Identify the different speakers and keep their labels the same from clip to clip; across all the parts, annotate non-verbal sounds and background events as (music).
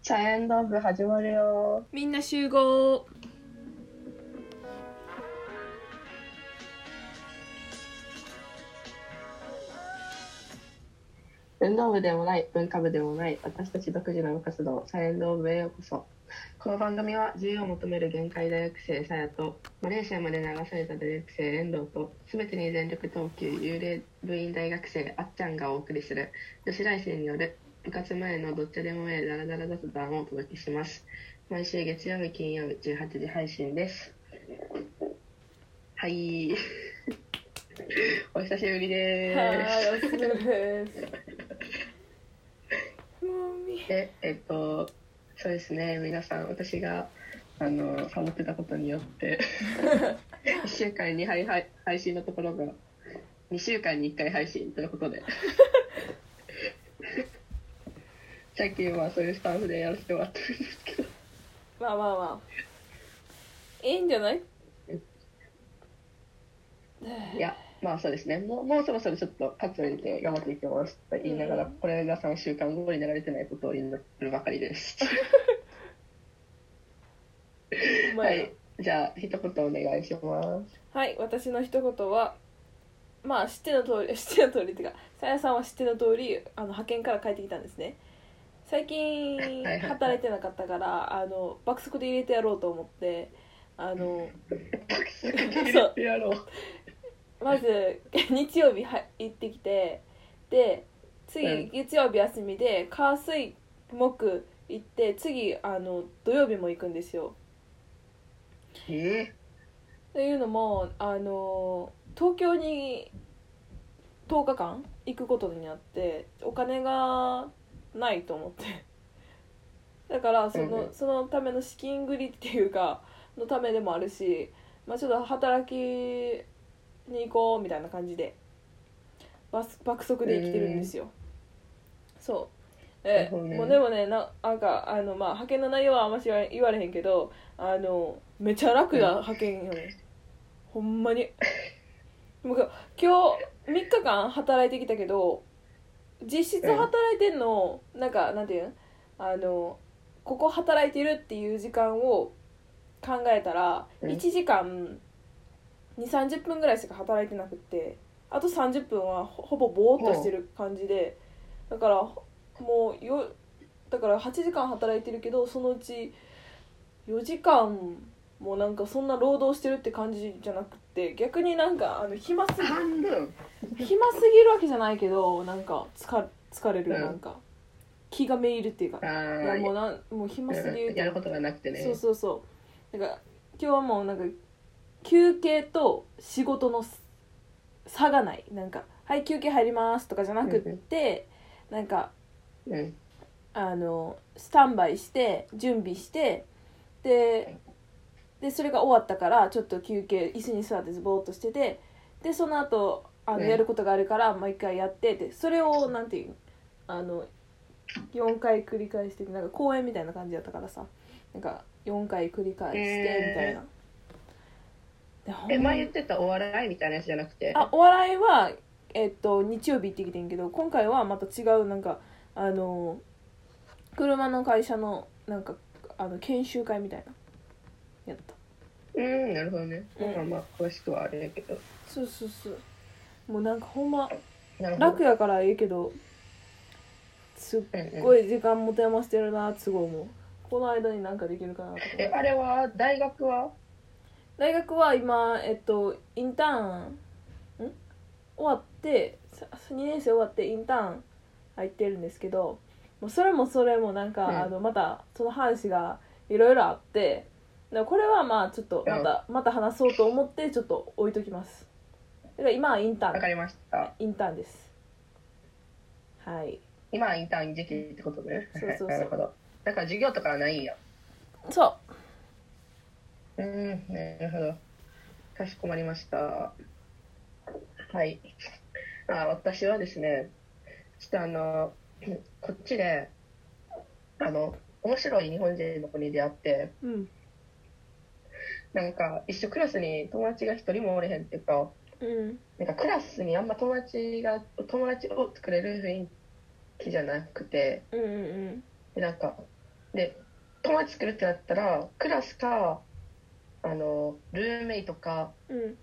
Speaker 1: チャイアンド部始まるよ。
Speaker 2: みんな集合
Speaker 1: 運動部でもない、文化部でもない、私たち独自の部活動、チャイアンド部へようこそ。この番組は自由を求める限界大学生さやと、マレーシアまで流された大学生遠藤と、すべてに全力投球幽霊部員大学生あっちゃんがお送りする、女子大生による部活前のどっちでもええダラダラ雑談をお届けします。毎週月曜日、金曜日、18時配信です。はい。 (laughs) お久しぶりです。
Speaker 2: はいお疲れですもうみ
Speaker 1: でえっとそうですね皆さん私があのサボってたことによって
Speaker 2: (laughs)
Speaker 1: 1週間に配配配信のところが2週間に1回配信ということで最近はそういうスタンスでやらせてもらってるんですけど
Speaker 2: まあまあまあいいんじゃ (laughs) ない
Speaker 1: いやまあそうですねもうもうそろそろちょっと活を入れて頑張っていきますと言いながら、
Speaker 2: うん
Speaker 1: これが3週間後になられてないことを言ってるばかりです。
Speaker 2: うま
Speaker 1: はいい、じゃあ一言お願いします。
Speaker 2: (laughs) はい私の一言はまあ知っての通り (laughs) 知っての通りっていうかさやさんは知っての通りあの派遣から帰ってきたんですね最近
Speaker 1: はい
Speaker 2: 働いてなかったからあの爆速で入れてやろうと思ってあの
Speaker 1: そうやろう。
Speaker 2: まず (laughs) 日曜日は行ってきてで次
Speaker 1: うん
Speaker 2: 月曜日休みで火水木行って次あの土曜日も行くんですよ。
Speaker 1: えー
Speaker 2: というのもあの東京に10日間行くことになってお金がないと思ってだからその,、
Speaker 1: うんうん
Speaker 2: そのための資金繰りっていうかのためでもあるし、まあ、ちょっと働きに行こうみたいな感じでバス爆速で生きてるんですよ、そう
Speaker 1: なる
Speaker 2: え
Speaker 1: ほどね
Speaker 2: もうでもねななんかあの、まあ、派遣の内容はあんまし言われ言われへんけどあのめちゃ楽な派遣よねほんまにもう今日3日間働いてきたけど実質働いてんの、なんかなんていうんあのここ働いてるっていう時間を考えたら
Speaker 1: うん
Speaker 2: 1時間2 3 0分ぐらいしか働いてなくってあと30分はほほぼぼーっとしてる感じでだからほもうよだから8時間働いてるけどそのうち4時間もなんかそんな労働してるって感じじゃなくって逆になんかあの暇すぎ
Speaker 1: 半分
Speaker 2: 暇すぎるわけじゃないけどなんか疲疲れる
Speaker 1: うん
Speaker 2: なんか気がめいるっていうか
Speaker 1: あ
Speaker 2: いや
Speaker 1: ー
Speaker 2: もうなんもう暇すぎる
Speaker 1: うんやることがなくてね
Speaker 2: そうそうそうなんか今日はもうなんか休憩と仕事の差がないなんか「はい休憩入ります」とかじゃなくってなんか
Speaker 1: うん
Speaker 2: あのスタンバイして準備してででそれが終わったからちょっと休憩椅子に座ってズボーっとしててでその後あの
Speaker 1: うん
Speaker 2: やることがあるからもう一回やってでそれをなんていうあの4回繰り返してなんか公演みたいな感じだったからさなんか4回繰り返してみたいな。でほんま
Speaker 1: え
Speaker 2: に
Speaker 1: 前言ってたお笑いみたいなやつじゃなくて
Speaker 2: あお笑いは、えっと、日曜日行ってきてんけど今回はまた違うなんかあの車の会社のなんかあの研修会みたいなやった
Speaker 1: うんなるほどね、
Speaker 2: うん
Speaker 1: まあまあ詳しくはあれやけど
Speaker 2: そうそうそうもうなんかほんま
Speaker 1: なるほど
Speaker 2: 楽やからええけどすっ
Speaker 1: うんうん
Speaker 2: ごい時間持て余してるなってすごい思うこの間になんかできるかなとか
Speaker 1: えあれは大学は
Speaker 2: 大学は今えっとインターンん終わって2年生終わってインターン入ってるんですけどもうそれもそれもなんか、
Speaker 1: うん
Speaker 2: あのまたその話がいろいろあってだからこれはまあちょっとまた、また話そうと思ってちょっと置いときますだから今はインタ
Speaker 1: わ
Speaker 2: ー
Speaker 1: か
Speaker 2: ン
Speaker 1: りました
Speaker 2: インターンですはい
Speaker 1: 今はインターン時期ってことね
Speaker 2: そうそうそ
Speaker 1: (laughs)
Speaker 2: う
Speaker 1: なるほどだから授業とかはないんや
Speaker 2: そ
Speaker 1: うんなるほどかしこまりましたはいあ私はですねちょっとあのこっちであの面白い日本人の子に出会って
Speaker 2: ううん
Speaker 1: なんか一緒クラスに友達が一人もおれへんっていうか
Speaker 2: うん
Speaker 1: なんかクラスにあんま友達が友達を作れる雰囲気じゃなくて
Speaker 2: うんうん
Speaker 1: でなんかで友達作るってなったらクラスかあのルームメイトか
Speaker 2: うん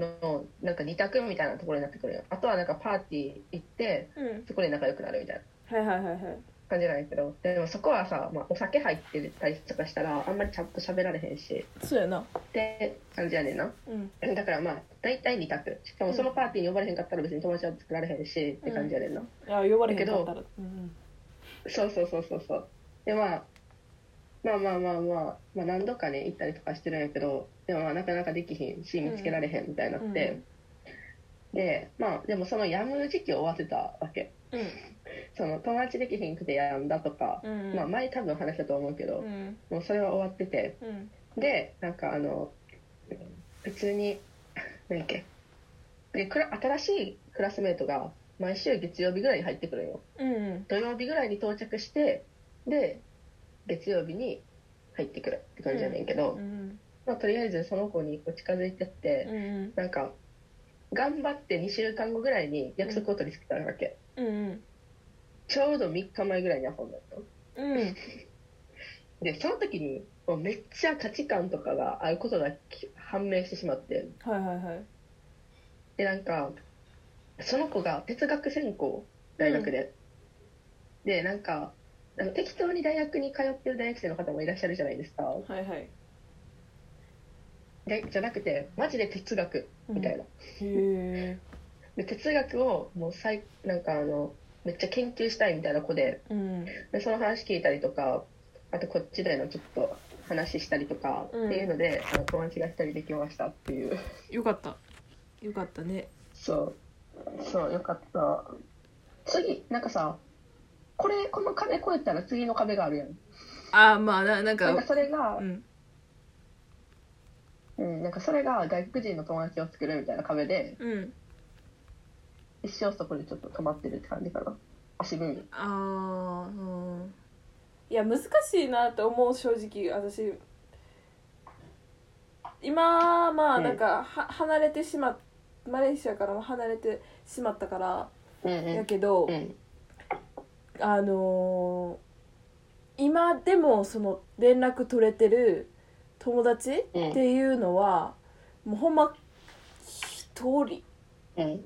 Speaker 1: のなんか二択みたいなところになってくるよあとはなんかパーティー行って
Speaker 2: うん
Speaker 1: そこで仲良くなるみたいな
Speaker 2: はいはいはいはい
Speaker 1: 感じなんやけどでもそこはさ、まあ、お酒入ってたりとかしたらあんまりちゃんと喋られへんし
Speaker 2: そうやな
Speaker 1: って感じやねんな
Speaker 2: うん
Speaker 1: だからまあ大体二択しかもそのパーティーに呼ばれへんかったら別に友達は作られへんしって感じやねんな、
Speaker 2: あ呼ばれへんかったらうん
Speaker 1: そうそうそうそうそうでまあまあまあまあまあ、まあ、何度かね行ったりとかしてるんやけどでもまあなかなかできひんし見つけられへんみたいになって、でまあでもそのやむ時期を終わってたわけ
Speaker 2: うん
Speaker 1: その友達できひんくてやんだとか、
Speaker 2: うんうん
Speaker 1: まあ前多分話したと思うけど、
Speaker 2: うん
Speaker 1: もうそれは終わってて
Speaker 2: うん
Speaker 1: でなんかあの普通に何やっけでクラ新しいクラスメートが毎週月曜日ぐらいに入ってくるんよ
Speaker 2: うん
Speaker 1: 土曜日ぐらいに到着してで月曜日に入ってくるって感じやねんけど、
Speaker 2: うん
Speaker 1: まあ、とりあえずその子にこう近づいてって、
Speaker 2: うん
Speaker 1: なんか頑張って2週間後ぐらいに約束を取り付けたわけ、
Speaker 2: うん
Speaker 1: ちょうど3日前ぐらいに遊んだの
Speaker 2: うん
Speaker 1: でその時にもうめっちゃ価値観とかが合うことがき判明してしまって
Speaker 2: はいはいはい
Speaker 1: でなんかその子が哲学専攻大学で、でなんかあの適当に大学に通ってる大学生の方もいらっしゃるじゃないですか
Speaker 2: はいはい
Speaker 1: でじゃなくてマジで哲学みたいな、
Speaker 2: へえ
Speaker 1: で哲学をもう最なんかあのめっちゃ研究したいみたいな子で
Speaker 2: うん
Speaker 1: でその話聞いたりとかあとこっちでのちょっと話したりとか、
Speaker 2: うん
Speaker 1: っていうのであの友達が一人できましたっていう
Speaker 2: よかったよかったね
Speaker 1: そうそうよかった次なんかさこれこの壁越えたら次の壁があるやん
Speaker 2: あーまあななん
Speaker 1: なんか
Speaker 2: か
Speaker 1: それが
Speaker 2: う、ん
Speaker 1: うん、なんかそれが外国人の友達を作るみたいな壁で
Speaker 2: うん
Speaker 1: 一生そこでちょっと止まってるって感じかな足踏み
Speaker 2: ああうんいや難しいなと思う正直私今まあ
Speaker 1: うん
Speaker 2: なんか、は離れてしまっマレーシアからも離れてしまったから
Speaker 1: うん
Speaker 2: やけど、
Speaker 1: ん
Speaker 2: あのー今でもその連絡取れてる友達っ
Speaker 1: うん
Speaker 2: ていうのは、もうほんま一人っ
Speaker 1: うん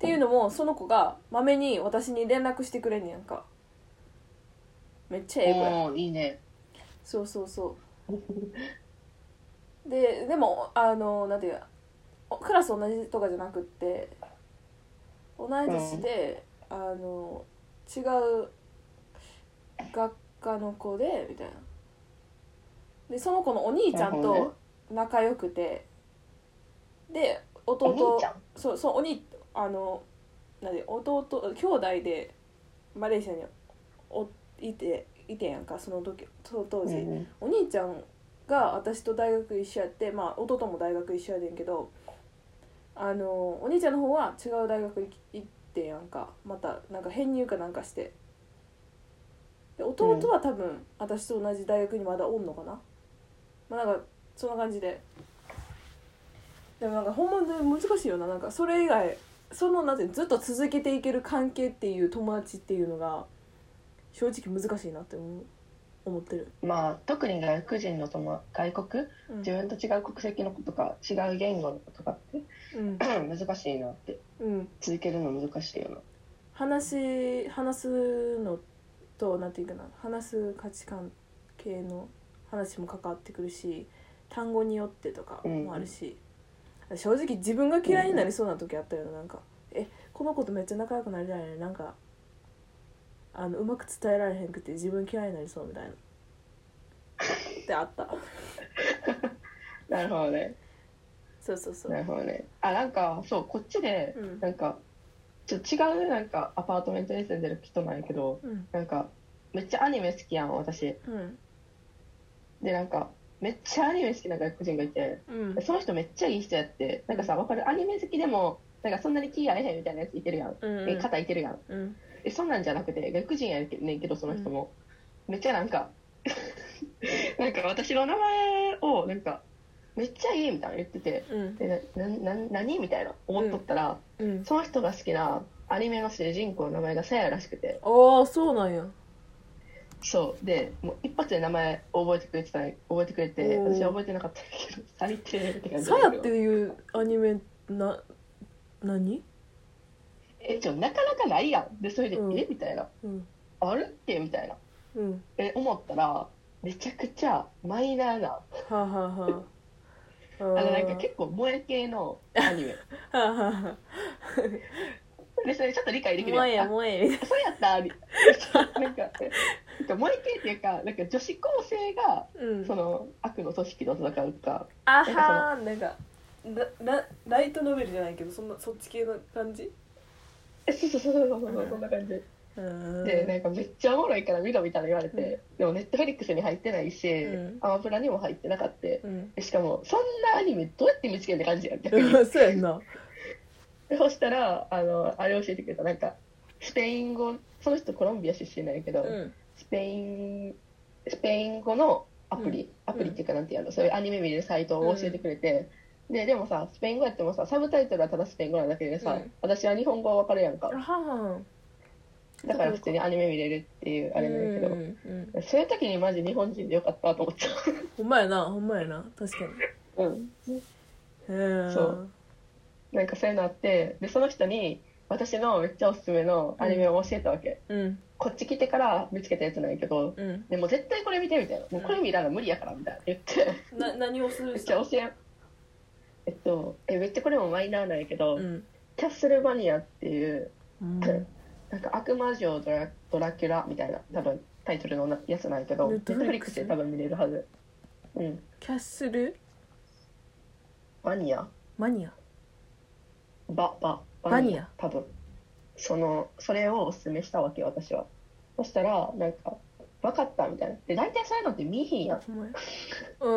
Speaker 2: ていうのもその子がまめに私に連絡してくれんねやんかめっちゃええ子や
Speaker 1: おおーいいね
Speaker 2: そうそうそ
Speaker 1: (laughs)
Speaker 2: うででもあのなんていうかおクラス同じとかじゃなくって同い年で、あの違う学科の子でみたいなでその子のお兄ちゃん
Speaker 1: なるほどね
Speaker 2: と仲良くて、で
Speaker 1: お
Speaker 2: 弟
Speaker 1: 兄ちゃん
Speaker 2: そうそうお兄あのなんで弟兄弟でマレーシアにおいていてんやんかその時その当時、
Speaker 1: うん
Speaker 2: お兄ちゃんが私と大学一緒やってまあ弟も大学一緒やでんけどあのお兄ちゃんの方は違う大学行き行ってんやんかまたなんか編入かなんかしてで弟は多分、私と同じ大学にまだおんのかなまあなんかそんな感じででもなんかほんまに難しいよななんかそれ以外そのなんていうのずっと続けていける関係っていう友達っていうのが正直難しいなって思う思ってる、
Speaker 1: まあ特に外国人の友外国
Speaker 2: うん
Speaker 1: 自分と違う国籍の子とか違う言語の子とかって (clears throat)
Speaker 2: うん
Speaker 1: 難しいなって
Speaker 2: うん、
Speaker 1: 続けるの難しいよな
Speaker 2: 話話すのとなんていうかな話す価値観系の話も関わってくるし単語によってとかもあるし、正直自分が嫌いになりそうな時あったよななんかえこの子とめっちゃ仲良くなりたいのになんかあのうまく伝えられへんくて自分嫌いになりそうみたいなってあった
Speaker 1: なるほどね
Speaker 2: そうそうそう、
Speaker 1: なるほどねあなんかそうこっちで
Speaker 2: うん
Speaker 1: なんかちょっと違うなんかアパートメントに住んでる人なんやけど
Speaker 2: うん
Speaker 1: なんかめっちゃアニメ好きやん私
Speaker 2: うん
Speaker 1: でなんかめっちゃアニメ好きな外国人がいて
Speaker 2: うん
Speaker 1: その人めっちゃいい人やってなんかさわかるアニメ好きでもなんかそんなに気合えへんみたいなやついてるやん、
Speaker 2: うん
Speaker 1: え肩いてるやん
Speaker 2: うん
Speaker 1: えそんなんじゃなくて外国人やねんけどその人も、めっちゃなんか (laughs) なんか私の名前をなんかめっちゃいいみたいな言ってて
Speaker 2: うん
Speaker 1: でななな何みたいな思っとったら、
Speaker 2: うん
Speaker 1: その人が好きなアニメの主人公の名前がさやらしくて
Speaker 2: ああそうなんや
Speaker 1: そうでもう一発で名前覚えてくれてた覚えてくれて
Speaker 2: おー
Speaker 1: 私は覚えてなかったけど (laughs) 最低って感じ
Speaker 2: さやっていうアニメな何、
Speaker 1: えちょなかなかないやんでそれで、
Speaker 2: うん
Speaker 1: えみたいな
Speaker 2: うん
Speaker 1: あれってみたいな
Speaker 2: うん、
Speaker 1: え思ったらめちゃくちゃマイナーな
Speaker 2: はあ、はあはあ、
Speaker 1: あ
Speaker 2: あ
Speaker 1: のなん
Speaker 2: ー
Speaker 1: か結構萌え系のア
Speaker 2: (laughs)
Speaker 1: ニメ
Speaker 2: はあはあはあ
Speaker 1: でそれちょっと理解できる
Speaker 2: 萌え
Speaker 1: や
Speaker 2: や
Speaker 1: んあ
Speaker 2: 萌えみたい
Speaker 1: そうやったみたいな
Speaker 2: (laughs)
Speaker 1: なんかえなんか萌え系っていうかなんか女子高生が
Speaker 2: なうん
Speaker 1: その悪の組織と戦うか
Speaker 2: あはーなんかななライトノベルじゃないけどそんなそっち系の感じ
Speaker 1: えそうそうそうそうそうそうそんな感じ
Speaker 2: うん
Speaker 1: でなんかめっちゃおもろいから見ろみたいな言われて、でもネットフェリックスに入ってないし、
Speaker 2: うん
Speaker 1: アマプラにも入ってなかった
Speaker 2: うん、
Speaker 1: しかもそんなアニメどうやって見つけるって感じやん逆に
Speaker 2: うん (laughs) そうやんな
Speaker 1: そしたらあのあれ教えてくれたなんかスペイン語その人コロンビア出身なんやけど、
Speaker 2: うん
Speaker 1: スペインスペイン語のアプリ、
Speaker 2: うん
Speaker 1: アプリっていうかなんていうのそういうアニメ見れるサイトを教えてくれて、ででもさスペイン語やってもさサブタイトルはただスペイン語なんだけどさ、
Speaker 2: うん
Speaker 1: 私は日本語は分かるやんか
Speaker 2: あは
Speaker 1: だから普通にアニメ見れるっていう
Speaker 2: あ
Speaker 1: あれなんだけど、
Speaker 2: うんうん、
Speaker 1: そういう時にマジ日本人でよかったと思っちゃ
Speaker 2: ほんまやなほんまやな確かに
Speaker 1: う、うん、
Speaker 2: へ
Speaker 1: そうなんかそういうのあってでその人に私のめっちゃおすすめのアニメを教えたわけ、
Speaker 2: えうん
Speaker 1: こっち来てから見つけたやつなんやけど
Speaker 2: うん
Speaker 1: でもう絶対これ見てみたいなもうこれ見たら無理やからみたいな言って
Speaker 2: な何をする
Speaker 1: めっちゃ教ええっとえめっちゃこれもマイナーなんやけど、
Speaker 2: うん、
Speaker 1: キャッスルバニアっていう
Speaker 2: うん、
Speaker 1: ん (laughs) なんか悪魔城ドラドラキュラみたいな多分タイトルのなやつなんやけど
Speaker 2: ネ
Speaker 1: ネ
Speaker 2: ッ
Speaker 1: ッ
Speaker 2: ト
Speaker 1: ト
Speaker 2: フ
Speaker 1: フリ
Speaker 2: リ
Speaker 1: ッ
Speaker 2: ック
Speaker 1: ク
Speaker 2: ス
Speaker 1: スで多分見れるはずうん
Speaker 2: キャッスル
Speaker 1: バニア
Speaker 2: マニア
Speaker 1: ババ
Speaker 2: バニア
Speaker 1: 多分そのそれをおすすめしたわけよ私はそしたらなんか分かったみたいなで大体そういうのって見えひんやん
Speaker 2: ほんまやうんう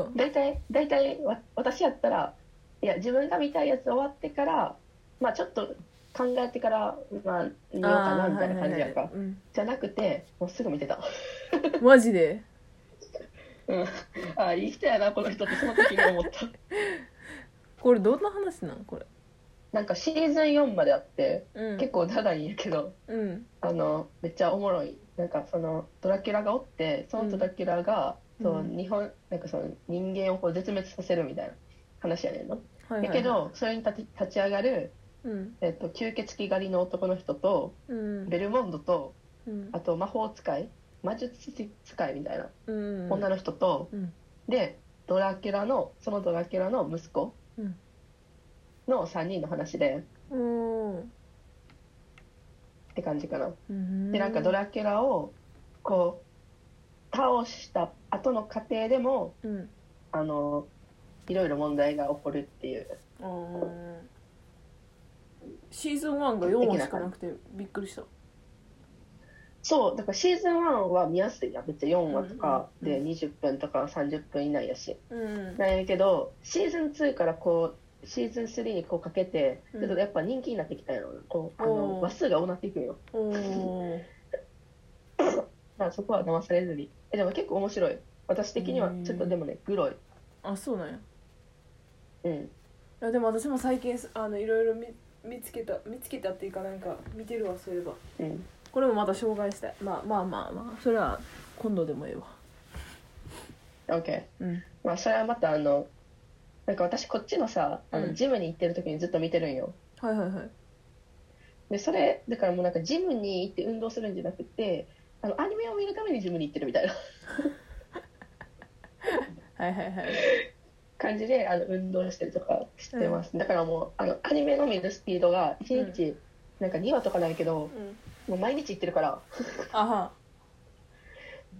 Speaker 2: んうん
Speaker 1: 大体大体わ私やったらいや自分が見たいやつ終わってからまあちょっと考えてからまあ見ようかなみたいな感じやんか、
Speaker 2: あーはいはいはいうん
Speaker 1: じゃなくてもうすぐ見てた
Speaker 2: マジで
Speaker 1: うんああいい人やなこの人ってその時に思った (laughs)
Speaker 2: これどんな話なんこれ
Speaker 1: なんかシーズン4まであって
Speaker 2: うん
Speaker 1: 結構長いんやけど、
Speaker 2: うん
Speaker 1: あのめっちゃおもろいなんかそのドラキュラがおってそのドラキュラが、
Speaker 2: うん
Speaker 1: そう
Speaker 2: うん
Speaker 1: 日本なんかその人間をこう絶滅させるみたいな話やねんの。
Speaker 2: はいはいはい
Speaker 1: だけどそれに立ち立ち上がる、
Speaker 2: うん
Speaker 1: えっと、吸血鬼狩りの男の人と
Speaker 2: うん
Speaker 1: ベルモンドと
Speaker 2: うん
Speaker 1: あと魔法使い魔術使いみたいな
Speaker 2: うん
Speaker 1: 女の人と、
Speaker 2: うん
Speaker 1: でドラキュラのそのドラキュラの息子
Speaker 2: うん
Speaker 1: の3人の話で
Speaker 2: おー
Speaker 1: って感じかな。
Speaker 2: うん
Speaker 1: でなんかドラキュラをこう倒した後の過程でも
Speaker 2: うん
Speaker 1: あのいろいろ問題が起こるっていう
Speaker 2: あーシーズン1が4話しかなくてびっくりした
Speaker 1: そうだからシーズン1は見やすいやんめっちゃ4話とか
Speaker 2: うんうん
Speaker 1: で
Speaker 2: うん
Speaker 1: 20分とか30分以内やし
Speaker 2: うん
Speaker 1: なんやけどシーズン2からこうシーズン3にこうかけて
Speaker 2: うん
Speaker 1: ちょっとやっぱ人気になってきたんやろなこうあの
Speaker 2: おー
Speaker 1: 話数が多なっていくんよ
Speaker 2: おー
Speaker 1: だからそこは騙されずにえでも結構面白い私的には
Speaker 2: うん
Speaker 1: ちょっとでもねグロい
Speaker 2: あそうなんや
Speaker 1: うん
Speaker 2: いやでも私も最近あのいろいろ見見つけた見つけたっていうかなんか見てるわそういえば
Speaker 1: うん
Speaker 2: これもまた紹介したいまあまあまあまあそれは今度でもええわ
Speaker 1: OK
Speaker 2: うん
Speaker 1: まあそれはまたあのなんか私こっちのさあ
Speaker 2: うん
Speaker 1: のジムに行ってる時にずっと見てるんよ、
Speaker 2: はいはいはい
Speaker 1: でそれだからもうなんかジムに行って運動するんじゃなくてあのアニメを見るためにジムに行ってるみたいな
Speaker 2: はいはいはい
Speaker 1: 感じであの運動したりとかしてます、だからもうあのアニメの見るスピードが1日、なんか2話とかないけど
Speaker 2: うん
Speaker 1: もう毎日行ってるから
Speaker 2: あは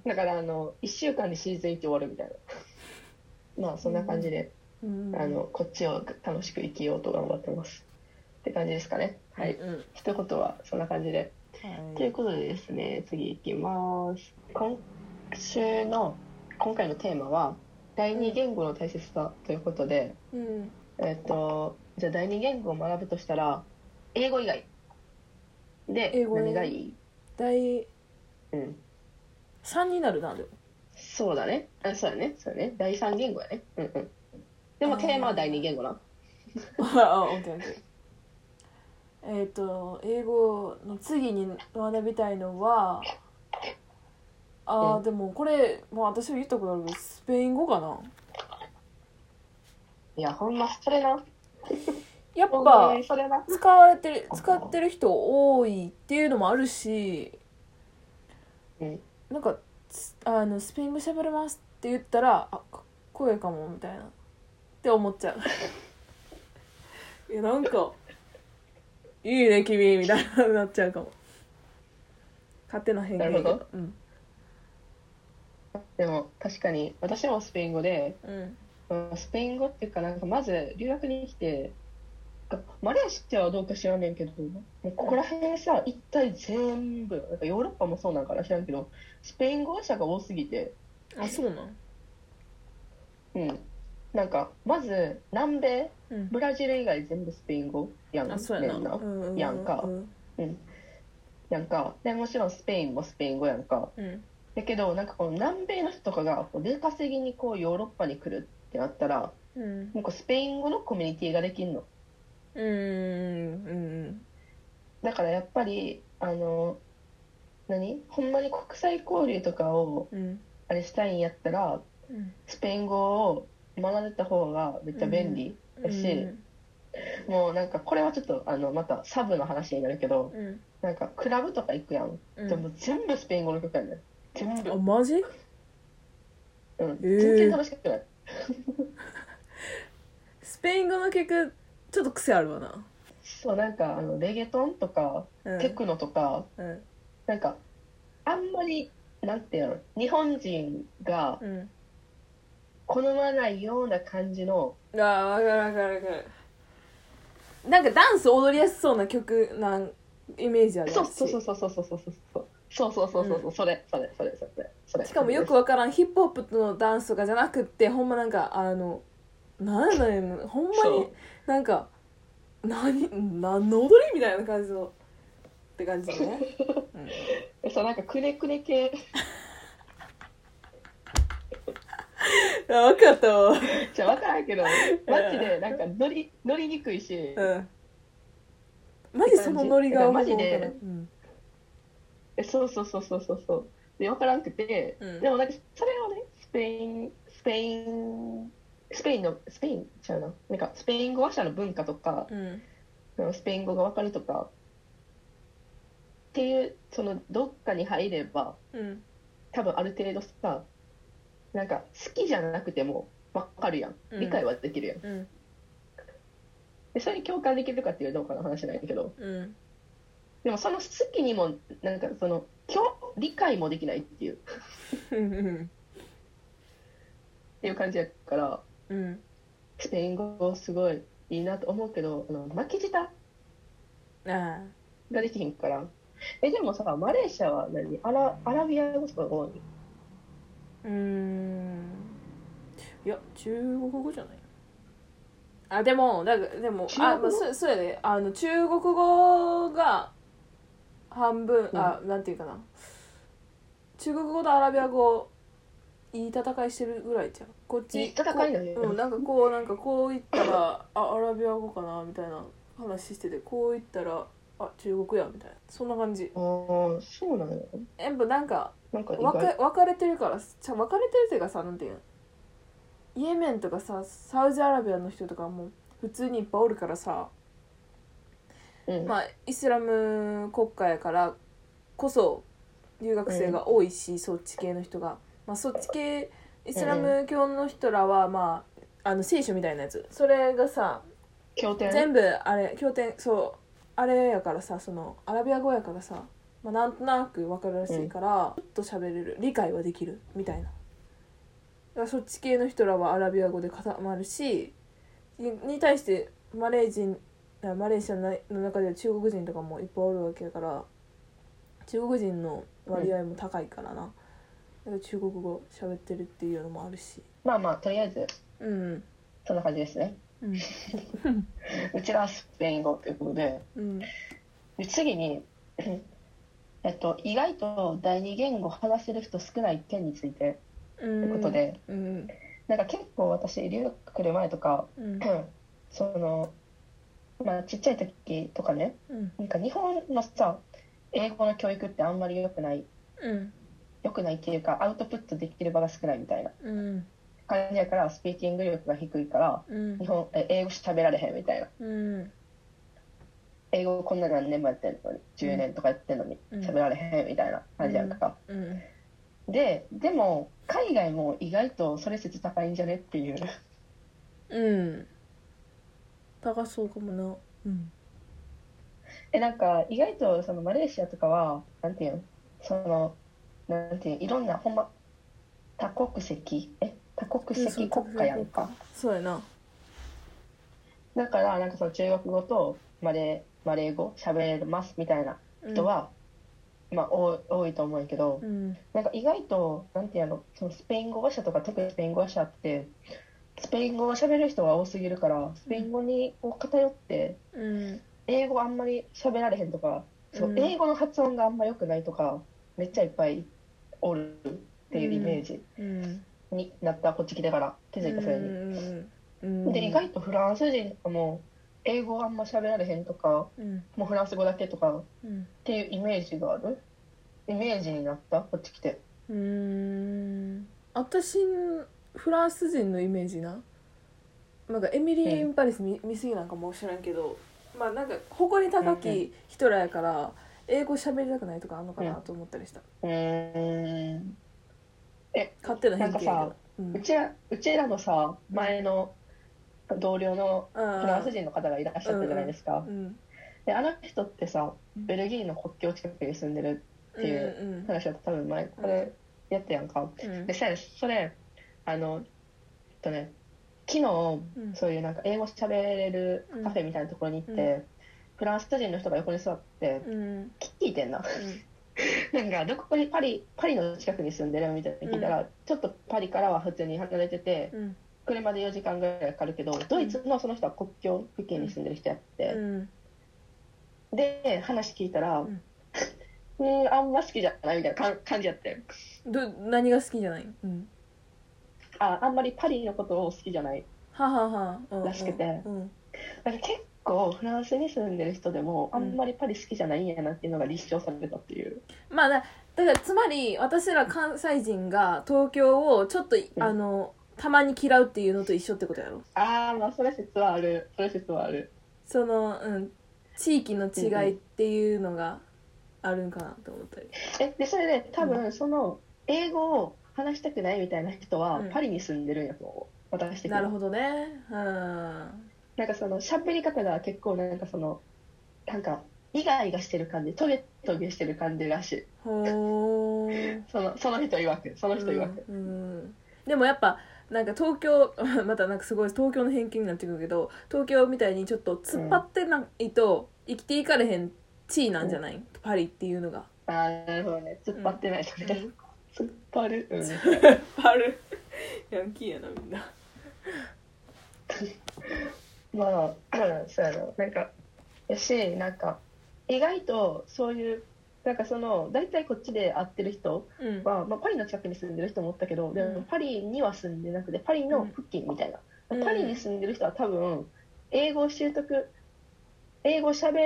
Speaker 1: だからあの1週間でシーズン1終わるみたいな (laughs) まあそんな感じで、
Speaker 2: うん
Speaker 1: あのこっちを楽しく生きようと頑張ってますって感じですかねはい、
Speaker 2: うんうん
Speaker 1: 一言はそんな感じでということでですね次いきます今週の今回のテーマは第二言語の大切さということで、
Speaker 2: うん
Speaker 1: えっとじゃあ第二言語を学ぶとしたら英語以外で
Speaker 2: 英語以
Speaker 1: 何
Speaker 2: 外
Speaker 1: がいい、
Speaker 2: 第
Speaker 1: うん、
Speaker 2: 3になる
Speaker 1: (laughs)
Speaker 2: なでも
Speaker 1: そうだねあそうだねそうだね第三言語やねうんうんでもテーマは第二言語な
Speaker 2: あ、オッケーオッケー。えっ、と、英語の次に学びたいのは、あ
Speaker 1: う
Speaker 2: ーでもこれ、まあ、私も言ったことあるけどスペイン語かない
Speaker 1: や、ほんま、それな。
Speaker 2: やっ
Speaker 1: ほんま
Speaker 2: ぱ
Speaker 1: にそれな。
Speaker 2: 使われてる使ってる人多いっていうのもあるし
Speaker 1: うん。
Speaker 2: なんかつあのスペイン語喋れますって言ったらあかっこいいかもみたいなって思っちゃう (laughs) いやなんかいいね君みたいななっちゃうかも勝手な偏見やけ
Speaker 1: なるほ
Speaker 2: どうん
Speaker 1: でも、確かに、私もスペイン語で、
Speaker 2: うん
Speaker 1: うんスペイン語っていうか、なんかまず留学に来て、なんかマレーシアはどうか知らんねんけど、もうここら辺さ、一体全部、なんかヨーロッパもそうなんかな知らんけど、スペイン語者が多すぎて、
Speaker 2: あそうなん
Speaker 1: うん。なんか、まず、南米、
Speaker 2: うん
Speaker 1: ブラジル以外全部スペイン語やん
Speaker 2: あそうや
Speaker 1: ねん
Speaker 2: な
Speaker 1: な
Speaker 2: う。んうんうん
Speaker 1: やんか
Speaker 2: うん
Speaker 1: うん。なんか、で、もちろんスペインもスペイン語やんか。
Speaker 2: うん
Speaker 1: だけど、なんかこの南米の人とかが、こう出稼ぎにこうヨーロッパに来るってなったら、
Speaker 2: うん
Speaker 1: なんかスペイン語のコミュニティができんの。
Speaker 2: うんうん
Speaker 1: だからやっぱりあの何ほんまに国際交流とかを
Speaker 2: うん
Speaker 1: あれしたいんやったら
Speaker 2: うん
Speaker 1: スペイン語を学んでた方がめっちゃ便利、だし
Speaker 2: うん
Speaker 1: もうなんかこれはちょっとあのまたサブの話になるけど
Speaker 2: うん
Speaker 1: なんかクラブとか行くやん、
Speaker 2: うん
Speaker 1: でも全部スペイン語の曲やねん全部、
Speaker 2: あマジ
Speaker 1: うん、
Speaker 2: えー
Speaker 1: 全然楽しくない、
Speaker 2: スペイン語の曲ちょっと癖あるわな、
Speaker 1: そうなんかあのレゲトンとか
Speaker 2: うん、
Speaker 1: テクノとか、
Speaker 2: うん
Speaker 1: なんかあんまりなんていうの日本人が
Speaker 2: うん
Speaker 1: 好まないような感じの
Speaker 2: ああわかるわかるわかるなんかダンス踊りやすそうな曲なんイメージある
Speaker 1: そうそうそううそうそうそうそうそうそうそうそうそうそうそれそれそれそれそれ
Speaker 2: しかもよくわからんヒップホップのダンスとかじゃなくってほんまなんかあのなんやねんほんま
Speaker 1: そ
Speaker 2: に
Speaker 1: う
Speaker 2: なんか何何の踊りみたいな感じのって感じだね、
Speaker 1: (laughs)
Speaker 2: うん
Speaker 1: そうなんかくねくね系
Speaker 2: あ、わかったわ
Speaker 1: じゃわからんけどマジでなんか乗り乗りにくいし
Speaker 2: うんマジそのノリが
Speaker 1: マジで
Speaker 2: わからんうん
Speaker 1: えそうそうそうそうそうそうでわからんくて、
Speaker 2: うん
Speaker 1: でもなんかそれをねスペインスペインスペインのスペインちゃうななんかスペイン語話者の文化とか、
Speaker 2: うん
Speaker 1: スペイン語がわかるとかっていうそのどっかに入れば
Speaker 2: うん
Speaker 1: 多分ある程度さなんか好きじゃなくても分かるやん
Speaker 2: うん
Speaker 1: 理解はできるやん、
Speaker 2: うん
Speaker 1: でそれに共感できるかっていうどうかの話なんやけど
Speaker 2: うん
Speaker 1: でもその好きにもなんかその共理解もできないっていうっ
Speaker 2: うん
Speaker 1: ていう感じやから
Speaker 2: うん
Speaker 1: スペイン語すごいいいなと思うけどあの巻き舌
Speaker 2: うんああ
Speaker 1: ができひんからえでもさマレーシアは何アラアラビア語とかが多いう
Speaker 2: ーんいや中国語じゃないあでもなんかでも
Speaker 1: 中国語
Speaker 2: あ、まあ、そうそうやねあの中国語が半分あなんていうかな中国語とアラビア語いい戦いしてるぐらいじゃんこっち
Speaker 1: いい戦いなんや
Speaker 2: こううん、なんかこうなんかこう言ったらあアラビア語かなみたいな話しててこう言ったらあ中国やみたいなそんな感じ
Speaker 1: ああそうなの
Speaker 2: やっぱなんか
Speaker 1: なんか意
Speaker 2: 分
Speaker 1: 外
Speaker 2: か分かれてるからちゃ分かれてるっていうかさなんていうのイエメンとかさサウジアラビアの人とかも普通にいっぱいおるからさ、
Speaker 1: うん、
Speaker 2: まあ、イスラム国家やからこそ留学生が多いし、そっち系の人が、まあ、そっち系イスラム教の人らは、まあ、あの聖書みたいなやつそれがさ
Speaker 1: 経典
Speaker 2: 全部あれ経典そうあれやからさそのアラビア語やからさ、まあ、なんとなく分かるらしいから、ちょっと喋れる理解はできるみたいなだからそっち系の人らはアラビア語で固まるしにに対してマレー人あマレーシアのの中では中国人とかもいっぱいおるわけやから中国人の割合も高いからな、だから中国語喋ってるっていうのもあるし
Speaker 1: まあまあとりあえず
Speaker 2: うん
Speaker 1: そんな感じですね
Speaker 2: うん
Speaker 1: うちらはスペイン語ということで
Speaker 2: うん
Speaker 1: で次に、えっと、意外と第二言語話せる人少ない件について
Speaker 2: うん
Speaker 1: ということで、
Speaker 2: うん
Speaker 1: なんか結構私留学来る前とか、 (clears throat)
Speaker 2: うん
Speaker 1: そのまあちっちゃい時とかね
Speaker 2: うん
Speaker 1: なんか日本のさ英語の教育ってあんまり良くない
Speaker 2: うん
Speaker 1: 良くないっていうかアウトプットできる場が少ないみたいな
Speaker 2: うん
Speaker 1: 感じやからスピーキング力が低いから
Speaker 2: うん
Speaker 1: 日本え英語喋られへんみたいな
Speaker 2: うん
Speaker 1: 英語こんな何年もやってんのに10年とかやってんのに
Speaker 2: うん
Speaker 1: 喋られへんみたいな感じやんか、
Speaker 2: うん
Speaker 1: ででも海外も意外とそれ説高いんじゃねっていう (laughs)
Speaker 2: うん高そうかもなうん
Speaker 1: えなんか意外とそのマレーシアとかはなんていうんそのなんていうんいろんなほんま多国籍え多国籍国家やんか、
Speaker 2: そうやな
Speaker 1: だからなんかその中国語とマレーマレー語喋れますみたいな
Speaker 2: うん
Speaker 1: 人は、まあ多い多いと思うんやけど、
Speaker 2: うん
Speaker 1: なんか意外となんていうんやろそのスペイン語話者とか特にスペイン語話者ってスペイン語を喋る人が多すぎるからスペイン語にこう偏って
Speaker 2: うん
Speaker 1: 英語あんまり喋られへんとか、そう
Speaker 2: うん
Speaker 1: 英語の発音があんま良くないとかめっちゃいっぱいおるっていうイメージ
Speaker 2: うん
Speaker 1: になった、こっち来てから気づいたそれに。
Speaker 2: うん
Speaker 1: で意外とフランス人とかも英語あんま喋られへんとか
Speaker 2: うん
Speaker 1: もうフランス語だけとかっ
Speaker 2: うん
Speaker 1: ていうイメージがあるイメージになったこっち来て
Speaker 2: うーん私フランス人のイメージななんかエミリー・イン・パリス見,、見すぎなんかも知らんけどまあなんか誇り高
Speaker 1: うんう
Speaker 2: き人らやから英語喋りたくないとかあんのかな
Speaker 1: うん
Speaker 2: と思ったりした、
Speaker 1: うーん
Speaker 2: 勝手な偏
Speaker 1: なん
Speaker 2: 見やけど
Speaker 1: か
Speaker 2: うん
Speaker 1: うちらうちらのさ前の同僚の
Speaker 2: フ
Speaker 1: フランス人の方がいらっしゃったじゃないですか、
Speaker 2: うん
Speaker 1: であの人ってさベルギーの国境近くに住んでる
Speaker 2: う
Speaker 1: っていうん話だった多分前これやったやんか
Speaker 2: うんうん
Speaker 1: でさそれあのえっとね昨日
Speaker 2: うん
Speaker 1: そういうなんか英語喋れるカフェみたいなところに行って、
Speaker 2: う
Speaker 1: フランス人の人が横に座って
Speaker 2: うんうん
Speaker 1: 聞いてんななんかどこにパリパリの近くに住んでるみたいなの聞いたら、ちょっとパリからは普通に離れてて
Speaker 2: うん
Speaker 1: 車で4時間ぐらいかかるけどドイツのその人は国境付近に住んでる人やって、
Speaker 2: うん
Speaker 1: で話聞いたら、
Speaker 2: う
Speaker 1: うん (laughs) ん、あんま好きじゃないみたいな感感じやって
Speaker 2: ど何が好きじゃないうん
Speaker 1: ああんまりパリのことを好きじゃない
Speaker 2: はははうん
Speaker 1: らしくて
Speaker 2: うん
Speaker 1: なんか結構フランスに住んでる人でも
Speaker 2: う
Speaker 1: あ
Speaker 2: ん
Speaker 1: んまりパリ好きじゃないんやなっていうのが立証されたっていう、
Speaker 2: まあだだからつまり私ら関西人が東京をちょっと、
Speaker 1: うん
Speaker 2: あのたまに嫌うっていうのと一緒ってことやろ
Speaker 1: ああまあそれ説はあるそれ説はある
Speaker 2: その、うん、地域の違いっていうのがあるんかなと思ったり
Speaker 1: えでそれで多分その英語を話したくないみたいな人は
Speaker 2: うん
Speaker 1: パリに住んでるんやと思う私的に
Speaker 2: なるほどねうん
Speaker 1: なんかその喋り方が結構なんかそのなんかイガイガしてる感じトゲトゲしてる感じらしい
Speaker 2: ほー
Speaker 1: そのその人曰くその人曰く、
Speaker 2: うんうんでもやっぱなんか東京 (laughs) またなんかすごい東京の偏見になってくるけど東京みたいにちょっと突っ張ってないと生きていかれへん地位なんじゃない、パリっていうのが
Speaker 1: ああなるほどね突っ張ってないとね、突っ張る、うん、
Speaker 2: あるヤンキ (laughs) ーやなみんな
Speaker 1: まあそうやななんかやしなんか意外とそういうなんかその大体こっちで会ってる人
Speaker 2: うん
Speaker 1: は、まあ、パリの近くに住んでる人もおったけどで
Speaker 2: うん
Speaker 1: もパリには住んでなくてパリの付近みたいな、
Speaker 2: うん
Speaker 1: パリに住んでる人は多分英語を習得英語喋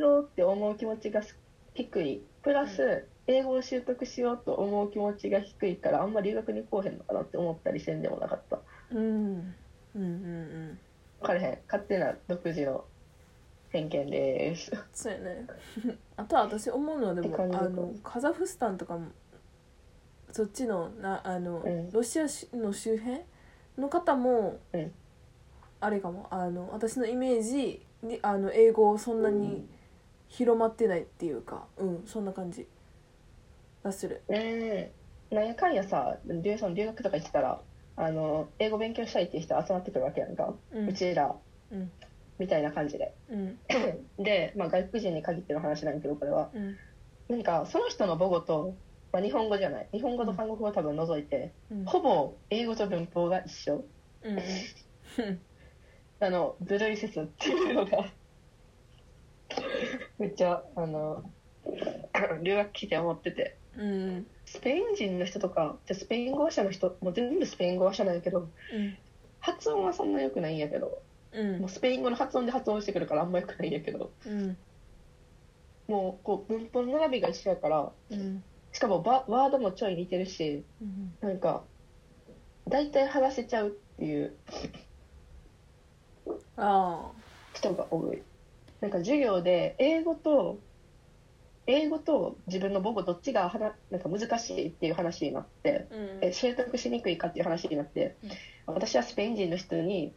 Speaker 1: ろうって思う気持ちが低いプラス英語を習得しようと思う気持ちが低いからあんま留学に来おへんのかなって思ったりせんでもなかった
Speaker 2: うんうんうん
Speaker 1: 彼へん勝手な独自の偏見です
Speaker 2: そうやね (laughs) あとは私思うのはで
Speaker 1: っ
Speaker 2: も
Speaker 1: て感じ
Speaker 2: あ
Speaker 1: か
Speaker 2: のカザフスタンとかもそっちのなあの、
Speaker 1: うん
Speaker 2: ロシアしの周辺の方も、
Speaker 1: うん
Speaker 2: あれかもあの私のイメージにあの英語をそんなに広まってないっていうかうん、そんな感じがする
Speaker 1: うん (laughs) なんやかんやさ留その留学とか行ってたらあの英語勉強したいっていう人集まってくるわけやんか、
Speaker 2: う
Speaker 1: うんちら
Speaker 2: うん
Speaker 1: みたいな感じで
Speaker 2: うん
Speaker 1: で、まあ、外国人に限っての話なんやけどこれは
Speaker 2: うん
Speaker 1: なんかその人の母語と、まあ、日本語じゃない日本語と韓国語は多分除いて、
Speaker 2: うん
Speaker 1: ほぼ英語と文法が一緒
Speaker 2: うんうん
Speaker 1: あのずるい説っていうのが (laughs) めっちゃあの (coughs) 留学来て思ってて
Speaker 2: うんうん
Speaker 1: スペイン人の人とかじゃあスペイン語話者の人もう全部スペイン語話者なんやけど
Speaker 2: うん
Speaker 1: 発音はそんな良くないんやけど
Speaker 2: うん
Speaker 1: もうスペイン語の発音で発音してくるからあんま良くないんやけど
Speaker 2: うん
Speaker 1: もうこう文法の並びが一緒やから
Speaker 2: うん
Speaker 1: しかもばワードもちょい似てるし
Speaker 2: うん
Speaker 1: なんか大体話せちゃうっていう
Speaker 2: あ
Speaker 1: 人が多いなんか授業で英語と英語と自分の母語どっちがはななんか難しいっていう話になって
Speaker 2: あうん
Speaker 1: え習得しにくいかっていう話になって、
Speaker 2: うん
Speaker 1: 私はスペイン人の人に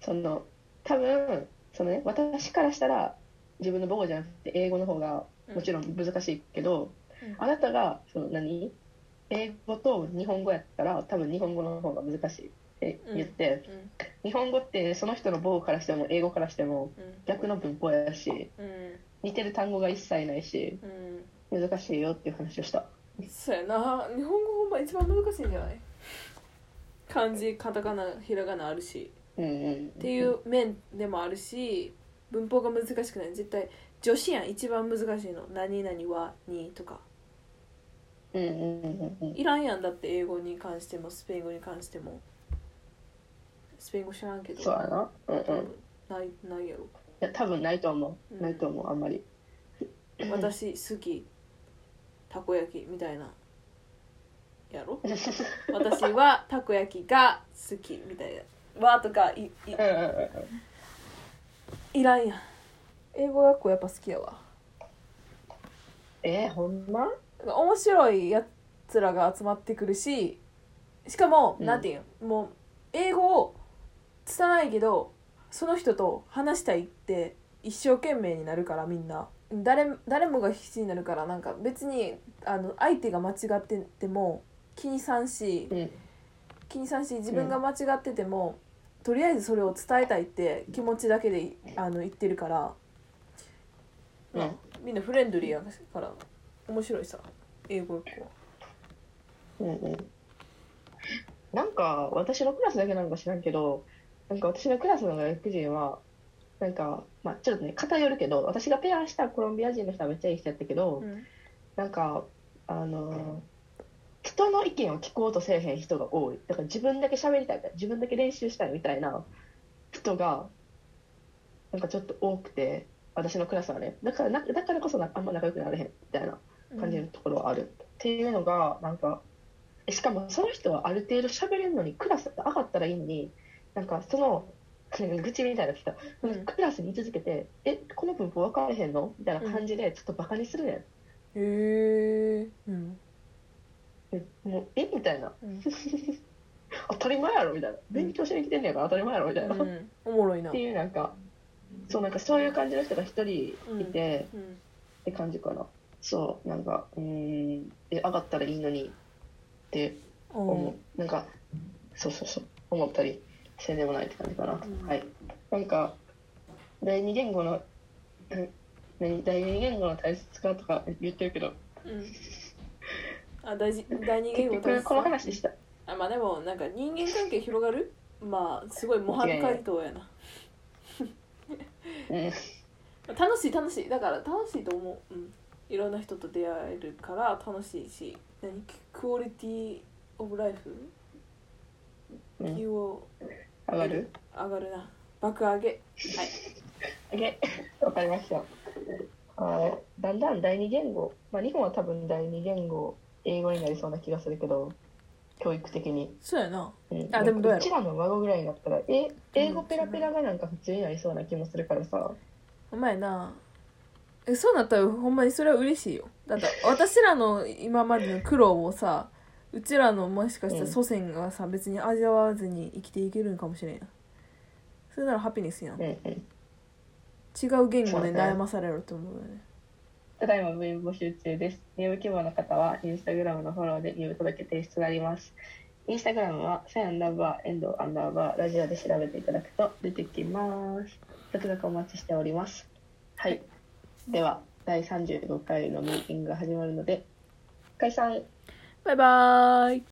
Speaker 1: その多分その、ね、私からしたら自分の母語じゃなくて英語の方がもちろん難しいけど、
Speaker 2: うん
Speaker 1: あなたがその何英語と日本語やったら多分日本語の方が難しいって言って、
Speaker 2: うん
Speaker 1: 日本語ってその人の母語からしても英語からしても
Speaker 2: う
Speaker 1: 逆の文法やし
Speaker 2: んうん
Speaker 1: 似てる単語が一切ないし
Speaker 2: うん
Speaker 1: 難しいよっていう話をした
Speaker 2: そうやな日本語ほんま一番難しいんじゃない漢字カタカナひらがなあるし
Speaker 1: うんうん
Speaker 2: っていう面でもあるし文法が難しくない絶対女子やん一番難しいの「何々はに」とか
Speaker 1: うんうんうんうん
Speaker 2: いらんやんだって英語に関してもスペイン語に関してもスペイン語知らんけど
Speaker 1: そうやなうんうん
Speaker 2: ないないやろ
Speaker 1: いや多分ないと思う、
Speaker 2: うん
Speaker 1: ないと思うあんまり
Speaker 2: 私好きたこ焼きみたいなや (laughs) ろ私はたこ焼きが好きみたいなわとかいい
Speaker 1: うんうんうん
Speaker 2: いらんやん英語学校やっぱ好きやわ
Speaker 1: えー、ほんま
Speaker 2: なんか面白いやつらが集まってくるししかも、
Speaker 1: うん
Speaker 2: なんていうんもう英語を拙いけどその人と話したいって一生懸命になるからみんな誰誰もが必死になるからなんか別にあの相手が間違ってても気にさんし
Speaker 1: うん
Speaker 2: 気にさんし自分が間違ってても、とりあえずそれを伝えたいって気持ちだけでいあの言ってるから、まあ
Speaker 1: うん
Speaker 2: みんなフレンドリーやから面白いさ英語学校は
Speaker 1: うんうんなんか私のクラスだけなんか知らんけどなんか私のクラスの外国人はなんか、まあ、ちょっとね偏るけど私がペアしたコロンビア人の人はめっちゃいい人やったけど、
Speaker 2: うん
Speaker 1: なんかあのー人の意見を聞こうとせえへん人が多いだから自分だけ喋りたいみたいな自分だけ練習したいみたいな人がなんかちょっと多くて私のクラスはねだからなだからこそなあんま仲良くなれへんみたいな感じるところはある、っていうのがなんかえしかもその人はある程度喋れるのにクラス上がったらいいのになんかその愚痴みたいな人、
Speaker 2: う
Speaker 1: うんクラスに居続けて「えこの文法分かれへんの?」みたいな感じでちょっとバカにするね
Speaker 2: へえうん
Speaker 1: ん、えもうえみたいな
Speaker 2: うん
Speaker 1: 当たり前やろみたいな勉強しに来てんねやから当たり前やろみたいな、
Speaker 2: う
Speaker 1: っ
Speaker 2: んおもろいな
Speaker 1: ていうなんかそうなんかそういう感じの人が一人いて、っ
Speaker 2: うん
Speaker 1: て感じかなそうなんかうーんえ上がったらいいのにって思う、なんかそうそうそう思ったりせんでもないって感じかな、
Speaker 2: うん
Speaker 1: はいなんか第二言語のうん何第二言語の大切かとか言ってるけど
Speaker 2: うんあ大事第二言
Speaker 1: 結
Speaker 2: 語
Speaker 1: 局この話した
Speaker 2: あまあでもなんか人間関係広がるまあすごい模範解答やな
Speaker 1: うん
Speaker 2: 楽しい楽しいだから楽しいと思ううんいろんな人と出会えるから楽しいし何クオリティオブライフ
Speaker 1: うん
Speaker 2: 気を
Speaker 1: 上がる
Speaker 2: 上がるな爆上げはい
Speaker 1: あげわかりましたはいだんだん第二言語まあ日本は多分第二言語英語になりそうな気がするけど教育的に、
Speaker 2: そうやな
Speaker 1: うん、
Speaker 2: あでもどうやろ
Speaker 1: うちらの孫ぐらいになったらえ英語ペラペラがなんか普通になりそうな気もするからさ、
Speaker 2: お前なえそうなったらほんまにそれは嬉しいよだって私らの今までの苦労をさうちらのもしかしたら祖先がさ別に味わわずに生きていけるんかもしれんやんそれならハピネスやん
Speaker 1: う
Speaker 2: 違
Speaker 1: んうん
Speaker 2: う言語
Speaker 1: そう
Speaker 2: で
Speaker 1: ね
Speaker 2: 悩まされると思うよね
Speaker 1: ただいま部員募集中です。入部希望の方は、インスタグラムのフォローで入部届提出となります。インスタグラムは、さやアンダーバー、エンドアンダーバー、ラジオで調べていただくと出てきます。続々お待ちしております。はい。では、第35回のミーティングが始まるので、解散
Speaker 2: バイバーイ